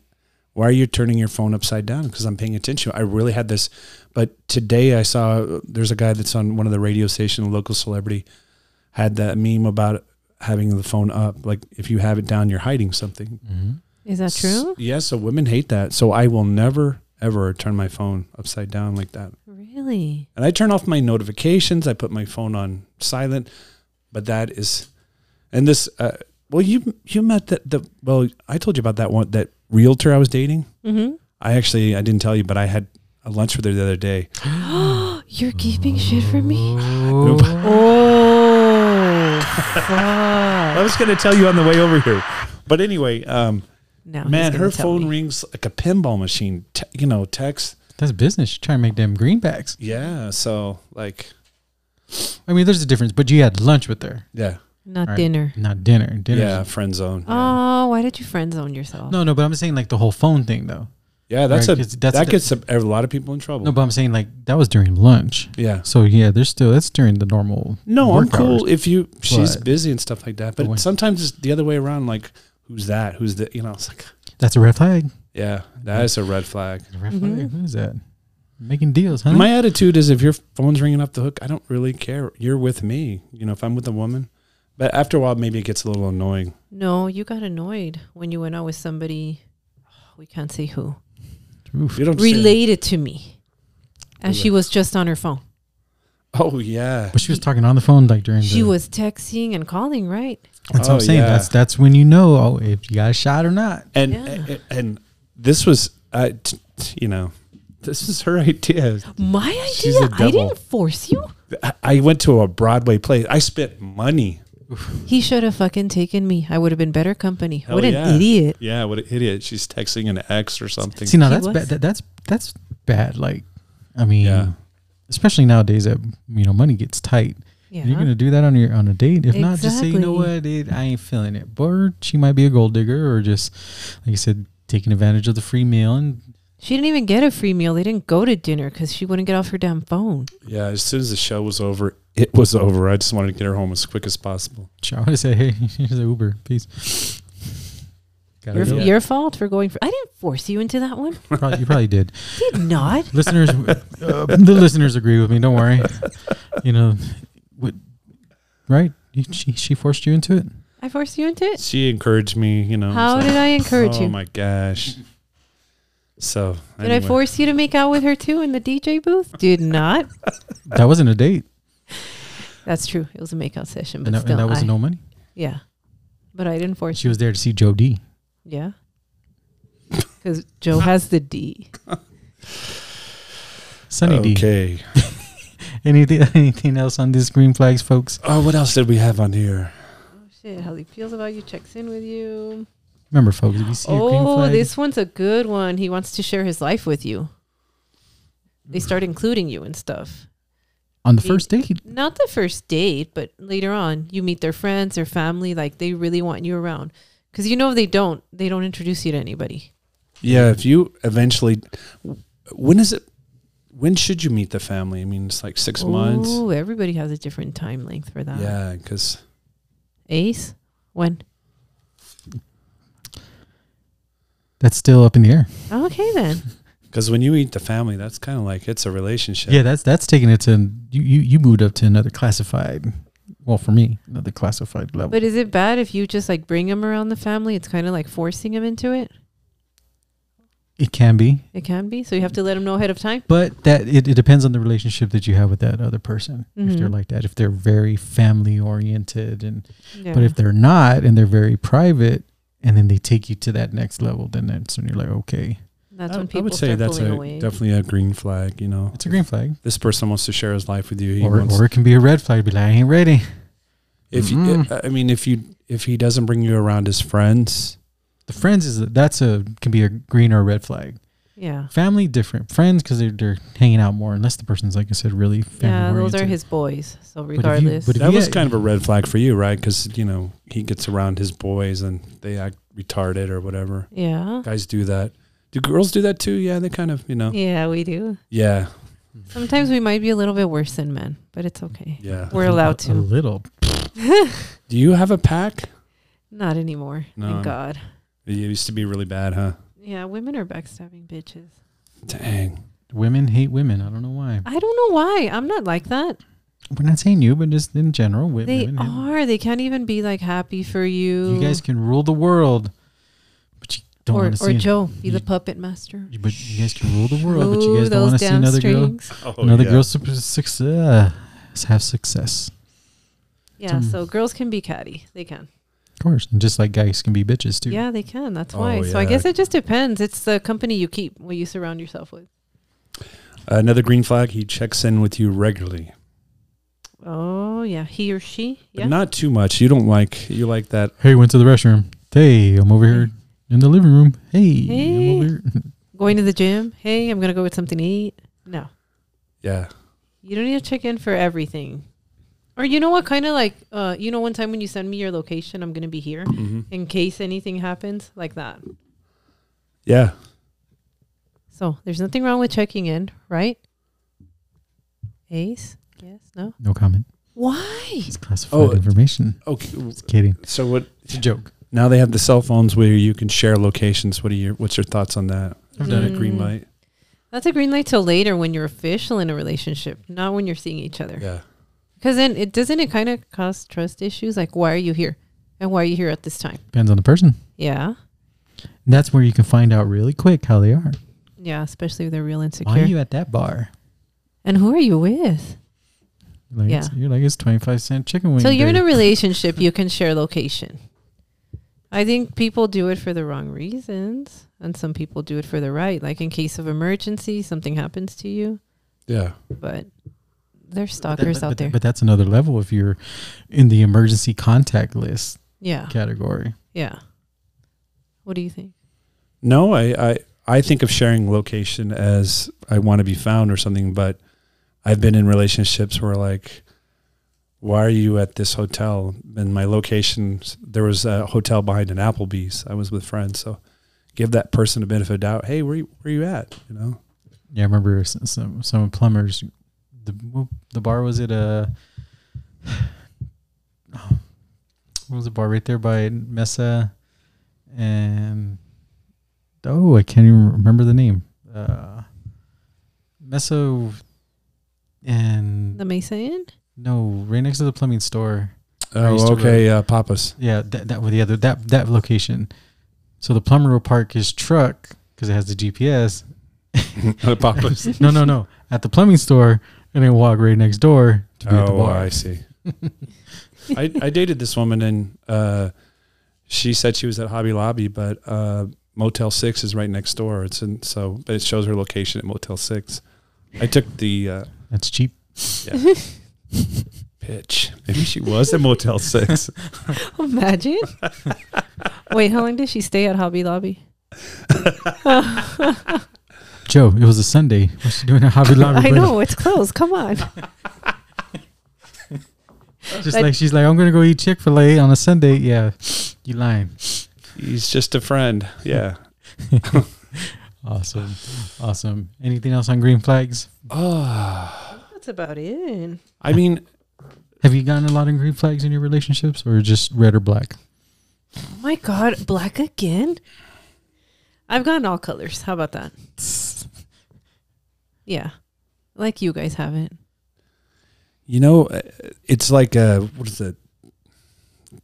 Speaker 2: why are you turning your phone upside down? Because I'm paying attention. I really had this. But today I saw uh, there's a guy that's on one of the radio station, a local celebrity, had that meme about having the phone up. Like if you have it down, you're hiding something.
Speaker 3: Mm-hmm.
Speaker 1: Is that
Speaker 2: S-
Speaker 1: true?
Speaker 2: yeah. So women hate that. So I will never, ever turn my phone upside down like that
Speaker 1: Really?
Speaker 2: and I turn off my notifications. I put my phone on silent, but that is, and this, uh, well, you you met the, the well, I told you about that one that realtor I was dating.
Speaker 1: Mm-hmm.
Speaker 2: I actually I didn't tell you, but I had a lunch with her the other day.
Speaker 1: You're keeping shit from me? Oh,
Speaker 2: I
Speaker 1: fuck.
Speaker 2: was going to tell you on the way over here, but anyway, um,
Speaker 1: Now Oh, he's
Speaker 2: man,
Speaker 1: gonna
Speaker 2: her
Speaker 1: tell
Speaker 2: phone
Speaker 1: me.
Speaker 2: rings like a pinball machine. Te- you know, text.
Speaker 3: That's business. You're trying to make them greenbacks.
Speaker 2: Yeah, so like,
Speaker 3: I mean, there's a difference. But you had lunch with her,
Speaker 2: yeah,
Speaker 1: Not
Speaker 3: All right.
Speaker 1: dinner.
Speaker 3: not dinner. Dinner.
Speaker 2: yeah, friend zone.
Speaker 1: Oh, why did you friend zone yourself?
Speaker 3: No, no. But I'm saying like the whole phone thing though.
Speaker 2: yeah, that's
Speaker 3: Right,
Speaker 2: a
Speaker 3: 'cause that's
Speaker 2: that
Speaker 3: the-
Speaker 2: gets a, a lot of people in trouble.
Speaker 3: No, but I'm saying like that was during lunch.
Speaker 2: yeah,
Speaker 3: So yeah, there's still that's during the normal.
Speaker 2: No, I'm
Speaker 3: work
Speaker 2: cool
Speaker 3: hours.
Speaker 2: if you she's
Speaker 3: But-
Speaker 2: busy and stuff like that. But
Speaker 3: But when-
Speaker 2: sometimes it's the other way around, like who's that? Who's the you know, it's like
Speaker 3: That's a red flag.
Speaker 2: yeah, that is a red flag.
Speaker 3: A red
Speaker 1: Mhm.
Speaker 3: flag. Who is that? Making deals, huh?
Speaker 2: My attitude is if your phone's ringing off the hook, I don't really care. You're with me, you know, if I'm with a woman. But after a while, maybe it gets a little annoying.
Speaker 1: No, you got annoyed when you went out with somebody. We can't say who.
Speaker 3: Oof.
Speaker 2: You don't say-
Speaker 1: Related to me. And she was just on her phone.
Speaker 2: Oh yeah,
Speaker 3: But she was talking on the phone like during.
Speaker 1: She
Speaker 3: the,
Speaker 1: was texting and calling, right?
Speaker 3: That's what
Speaker 2: Oh,
Speaker 3: I'm saying.
Speaker 2: yeah.
Speaker 3: That's that's when you know oh, if you got a shot or not.
Speaker 2: and
Speaker 1: Yeah.
Speaker 2: and, and this was, uh, t- t- you know, this is her idea.
Speaker 1: My
Speaker 2: She's
Speaker 1: idea.
Speaker 2: a
Speaker 1: I
Speaker 2: devil.
Speaker 1: didn't force you.
Speaker 2: I- I went to a Broadway play. I spent money.
Speaker 1: He should have fucking taken me. I would have been better company.
Speaker 2: Hell
Speaker 1: what an
Speaker 2: yeah.
Speaker 1: idiot.
Speaker 2: Yeah, what an idiot! She's texting an ex or something.
Speaker 3: See, now
Speaker 1: She
Speaker 3: that's
Speaker 1: was.
Speaker 3: bad. That, that's that's bad. Like, I mean,
Speaker 2: Yeah.
Speaker 3: especially nowadays that you know money gets tight.
Speaker 1: Yeah.
Speaker 3: You're gonna do that on your on a date. If not, just say you know
Speaker 1: Exactly.
Speaker 3: what, dude, I ain't feeling it. Or she might be a gold digger, or just like you said, taking advantage of the free meal. And
Speaker 1: She didn't even get a free meal. They didn't go to dinner because she wouldn't get off her damn phone.
Speaker 2: Yeah, as soon as the show was over, it was over. I just wanted to get her home as quick as possible.
Speaker 3: she always say, "Hey, here's an Uber, peace." Gotta
Speaker 1: Your,
Speaker 3: go.
Speaker 1: your fault for going for. I didn't force you into that one.
Speaker 3: Probably- you probably did.
Speaker 1: Did not.
Speaker 3: listeners, uh, the listeners agree with me. Don't worry. You know, what, right? You- She she forced you into it.
Speaker 1: I forced you into it.
Speaker 2: She encouraged me, you know.
Speaker 1: How
Speaker 2: it's
Speaker 1: did I encourage
Speaker 2: oh
Speaker 1: you?
Speaker 2: Oh my gosh. So
Speaker 1: Did I force you to make out with her too in the DJ booth? Did not.
Speaker 3: That wasn't a date,
Speaker 1: That's true. It was a makeout session, but
Speaker 3: and, that-
Speaker 1: still,
Speaker 3: and that was
Speaker 1: I-
Speaker 3: no money.
Speaker 1: yeah. But I didn't force
Speaker 3: She
Speaker 1: you.
Speaker 3: was there to see Joe D.
Speaker 1: Yeah. Because Joe has the D.
Speaker 3: Sunny D.
Speaker 2: Okay.
Speaker 3: Anything anything else on these green flags, folks?
Speaker 2: Oh, what else did we have on here?
Speaker 1: Oh shit! How he feels about you checks in with you.
Speaker 3: Remember, folks, if you see a green
Speaker 1: Oh,
Speaker 3: flag,
Speaker 1: this one's a good one. He wants to share his life with you. They
Speaker 3: Mm.
Speaker 1: start including you and stuff.
Speaker 3: on the first date,
Speaker 1: Not the first date, but later on, you meet their friends, their family. Like they really want you around because you know if they don't, they don't introduce you to anybody.
Speaker 2: Yeah, if you eventually, when is it? When should you meet the family? I mean, it's like six months.
Speaker 1: Oh, everybody has a different time length for that.
Speaker 2: Yeah, because
Speaker 1: Ace, when?
Speaker 3: that's still up in the air.
Speaker 1: Okay then.
Speaker 2: when you meet the family, that's kind of like it's a relationship.
Speaker 3: Yeah, that's that's taking it to you. You, you moved up to another classified. Well, for me, another classified level.
Speaker 1: But is it bad if you just like bring him around the family? It's kind of like forcing him into it.
Speaker 3: it can be,
Speaker 1: It can be. So you have to let him know ahead of time.
Speaker 3: but that it, it depends on the relationship that you have with that other person. If they're
Speaker 1: Mhm.
Speaker 3: like that, if they're very family oriented, and
Speaker 1: Yeah.
Speaker 3: but if they're not, and they're very private, and then they take you to that next level, then that's when you're like, okay,
Speaker 1: that's
Speaker 2: I,
Speaker 1: when
Speaker 2: I
Speaker 1: people
Speaker 2: would say
Speaker 1: start
Speaker 2: that's
Speaker 1: pulling
Speaker 2: a,
Speaker 1: away.
Speaker 2: definitely a green flag. You know,
Speaker 3: it's a green flag.
Speaker 2: This person wants to share his life with you. He
Speaker 3: Or,
Speaker 2: wants
Speaker 3: or it can be a red flag. Be like, I ain't ready.
Speaker 2: If you
Speaker 3: Mhm.
Speaker 2: I mean, if you if he doesn't bring you around his friends,
Speaker 3: The friends is that's a can be a green or a red flag.
Speaker 1: Yeah.
Speaker 3: Family different, friends because they're, they're hanging out more. Unless the person's like I said, really family
Speaker 1: yeah, those are
Speaker 3: oriented.
Speaker 1: his boys. So
Speaker 3: if you-
Speaker 1: regardless,
Speaker 3: but if
Speaker 2: That
Speaker 3: you-
Speaker 2: was kind of a red flag for you, right? Because you know he gets around his boys and they act retarded or whatever.
Speaker 1: yeah,
Speaker 2: Guys do that. Do girls do that too? Yeah, they kind of you know.
Speaker 1: yeah, we do.
Speaker 2: Yeah,
Speaker 1: Sometimes we might be a little bit worse than men, but it's okay.
Speaker 2: yeah.
Speaker 1: We're allowed
Speaker 3: a
Speaker 1: to.
Speaker 3: little.
Speaker 2: Do you have a pack?
Speaker 1: Not anymore.
Speaker 2: No.
Speaker 1: Thank God.
Speaker 2: It used to be really bad, huh?
Speaker 1: Yeah, women are backstabbing bitches.
Speaker 2: Dang.
Speaker 3: Women hate women. I don't know why.
Speaker 1: I don't know why. I'm not like that.
Speaker 3: We're not saying you, but just in general, wi-
Speaker 1: They
Speaker 3: women. hate women.
Speaker 1: are. They can't even be like happy for you.
Speaker 3: You guys can rule the world, but you don't
Speaker 1: or
Speaker 3: want to
Speaker 1: or
Speaker 3: see.
Speaker 1: Joe, be the
Speaker 3: You-
Speaker 1: puppet master.
Speaker 3: But you guys can rule the world, but
Speaker 1: Ooh,
Speaker 3: you guys don't
Speaker 1: those
Speaker 3: want to see another girl.
Speaker 1: downstrings.
Speaker 2: Oh,
Speaker 3: Another girl super success uh, have success,
Speaker 1: Yeah,
Speaker 3: Mm.
Speaker 1: so girls can be catty. They can.
Speaker 3: of course, and just like guys can be bitches too.
Speaker 1: Yeah, they can. That's
Speaker 2: Oh,
Speaker 1: why. So I
Speaker 2: yeah.
Speaker 1: guess it just depends. It's the company you keep, what you surround yourself with.
Speaker 2: Another green flag. He checks in with you regularly,
Speaker 1: Oh yeah, he or she.
Speaker 2: but
Speaker 1: Yeah.
Speaker 2: not too much. You don't like you like that.
Speaker 3: Hey, went to the restroom. Hey, I'm over here in the living room. Hey,
Speaker 1: Hey.
Speaker 3: I'm over here.
Speaker 1: Going to the gym. Hey, I'm gonna go get something to eat. No,
Speaker 2: Yeah.
Speaker 1: you don't need to check in for everything. Or you know what? Kind of like, uh, you know, one time when you send me your location, I'm gonna be here
Speaker 2: hmm
Speaker 1: in case anything happens like that.
Speaker 2: Yeah.
Speaker 1: So there's nothing wrong with checking in, right? Ace. Yes. No.
Speaker 3: No comment.
Speaker 1: Why?
Speaker 3: It's classified
Speaker 2: Oh,
Speaker 3: information.
Speaker 2: Okay.
Speaker 3: It's kidding.
Speaker 2: So what?
Speaker 3: It's a joke.
Speaker 2: Now they have the cell phones where you can share locations. What are your What's your thoughts on that?
Speaker 3: I've
Speaker 2: Is that a
Speaker 1: Mm.
Speaker 2: green light?
Speaker 1: That's a green light till later when you're official in a relationship, not when you're seeing each other.
Speaker 2: Yeah.
Speaker 1: Because then it doesn't it kind of cause trust issues. Like, why are you here, and why are you here at this time?
Speaker 3: Depends on the person.
Speaker 1: Yeah,
Speaker 3: And that's where you can find out really quick how they are.
Speaker 1: yeah. Especially if they're real
Speaker 3: Why
Speaker 1: insecure.
Speaker 3: are you at that bar?
Speaker 1: and who are you with?
Speaker 3: Like
Speaker 1: Yeah.
Speaker 3: it's, you're like it's twenty five cent chicken wing.
Speaker 1: So you're in
Speaker 3: day.
Speaker 1: a relationship. You can share location. I think people do it for the wrong reasons, and some people do it for the right. Like in case of emergency, something happens to you,
Speaker 2: Yeah.
Speaker 1: but there's
Speaker 3: But that-
Speaker 1: stalkers
Speaker 3: but-
Speaker 1: out
Speaker 3: but-
Speaker 1: there.
Speaker 3: But that's another level if you're in the emergency contact list
Speaker 1: Yeah,
Speaker 3: category.
Speaker 1: yeah. What do you think?
Speaker 2: No, I, I I think of sharing location as I want to be found or something, but I've been in relationships where like, why are you at this hotel? And my location, there was a hotel behind an Applebee's. I was with friends, so give that person a benefit of doubt. Hey, where you, where you at? You know,
Speaker 3: Yeah, I remember some some, some plumbers. The the bar was at a. What was the bar right there by Mesa, and oh, I can't even remember the name. Uh, Mesa, and
Speaker 1: The Mesa Inn.
Speaker 3: no, right next to the plumbing store. I used
Speaker 2: oh
Speaker 3: to
Speaker 2: okay, uh, Papas.
Speaker 3: Yeah, that that was the other that that location. So the plumber will park his truck because it has the GPS.
Speaker 2: Papas.
Speaker 3: No, no, no. At the plumbing store, and then walk right next door to be at the
Speaker 2: Oh,
Speaker 3: bar.
Speaker 2: I see. I, I dated this woman and uh, she said she was at Hobby Lobby, but uh, Motel Six is right next door. It's in so, but it shows her location at Motel Six. I took the uh,
Speaker 3: That's cheap.
Speaker 2: pitch. Maybe she was at Motel Six.
Speaker 1: Imagine. Wait, how long did she stay at Hobby Lobby?
Speaker 3: Joe, it was a Sunday. What's she doing at Hobby Lobby?
Speaker 1: I
Speaker 3: buddy?
Speaker 1: know it's closed. Come on.
Speaker 3: Just
Speaker 1: Like-
Speaker 3: like she's like, I'm gonna go eat Chick Fil A on a Sunday. Yeah, you lying.
Speaker 2: He's just a friend. Yeah.
Speaker 3: Awesome, awesome. Anything else on green flags?
Speaker 2: Oh,
Speaker 1: That's about it.
Speaker 2: I mean,
Speaker 3: Have you gotten a lot of green flags in your relationships, or just red or black?
Speaker 1: Oh my God, black again? I've gotten all colors. How about that?
Speaker 2: Mm-hmm.
Speaker 1: Yeah. Like you guys haven't.
Speaker 2: you know, uh, it's like uh, what is it?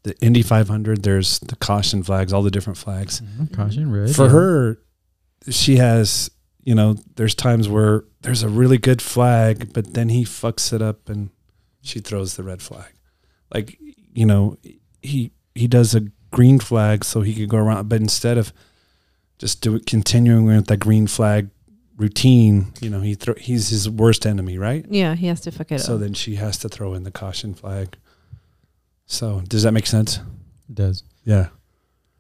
Speaker 2: The Indy 500. There's the caution flags, all the different flags.
Speaker 3: Caution, red.
Speaker 2: for
Speaker 3: yeah.
Speaker 2: her, she has, you know, there's times where there's a really good flag, but then he fucks it up and she throws the red flag. Like, you know, he he does a green flag so he could go around, but instead of just do it continuing with the green flag routine, you know, he throw he's his worst enemy, right?
Speaker 1: Yeah, he has to fuck it
Speaker 2: So
Speaker 1: up.
Speaker 2: then she has to throw in the caution flag. So does that make sense?
Speaker 3: It does.
Speaker 2: Yeah.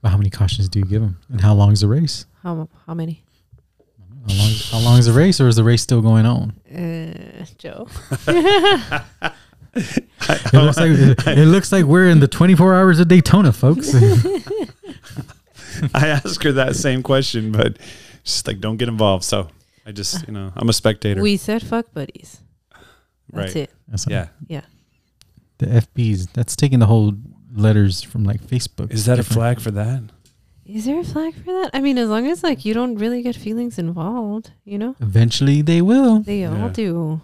Speaker 3: But how many cautions do you give them, and how long is the race?
Speaker 1: How how many?
Speaker 3: How long, how long is the race, or is the race still going on?
Speaker 1: Uh, Joe.
Speaker 3: It looks like it looks like we're in the 24 hours of Daytona, folks.
Speaker 2: I asked her that same question, but she's like, "Don't get involved." So I just, you know, I'm a spectator.
Speaker 1: We said fuck buddies. That's
Speaker 2: right?
Speaker 1: it.
Speaker 3: That's-
Speaker 2: Yeah.
Speaker 3: the FBs. That's taking the whole letters from like Facebook.
Speaker 2: Is that a
Speaker 3: Different-
Speaker 2: flag for that?
Speaker 1: Is there a flag for that? I mean, as long as like you don't really get feelings involved, you know?
Speaker 3: Eventually, they will.
Speaker 1: They all
Speaker 2: Yeah.
Speaker 1: do.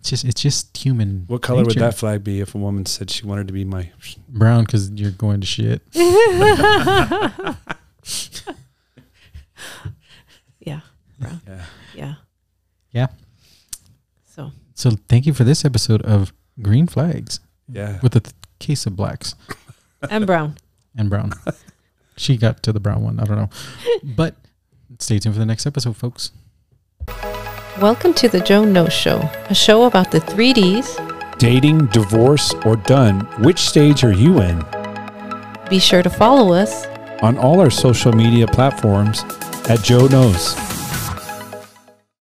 Speaker 3: It's just it's just human.
Speaker 2: What color
Speaker 3: nature.
Speaker 2: would that flag be if a woman said she wanted to be my?
Speaker 3: Brown, because you're going to shit.
Speaker 1: yeah.
Speaker 2: Yeah.
Speaker 1: Yeah.
Speaker 3: Yeah.
Speaker 1: So
Speaker 3: So thank you for this episode of Green Flags
Speaker 2: Yeah.
Speaker 3: with a th- case of blacks
Speaker 1: I'm brown.
Speaker 3: and brown. she got to the brown one. I don't know, but stay tuned for the next episode, folks.
Speaker 1: Welcome to the Joe No Show, a show about the 3Ds.
Speaker 2: Dating, divorce, or done? Which stage are you in?
Speaker 1: Be sure to follow us
Speaker 2: On all our social media platforms at Joe Knows.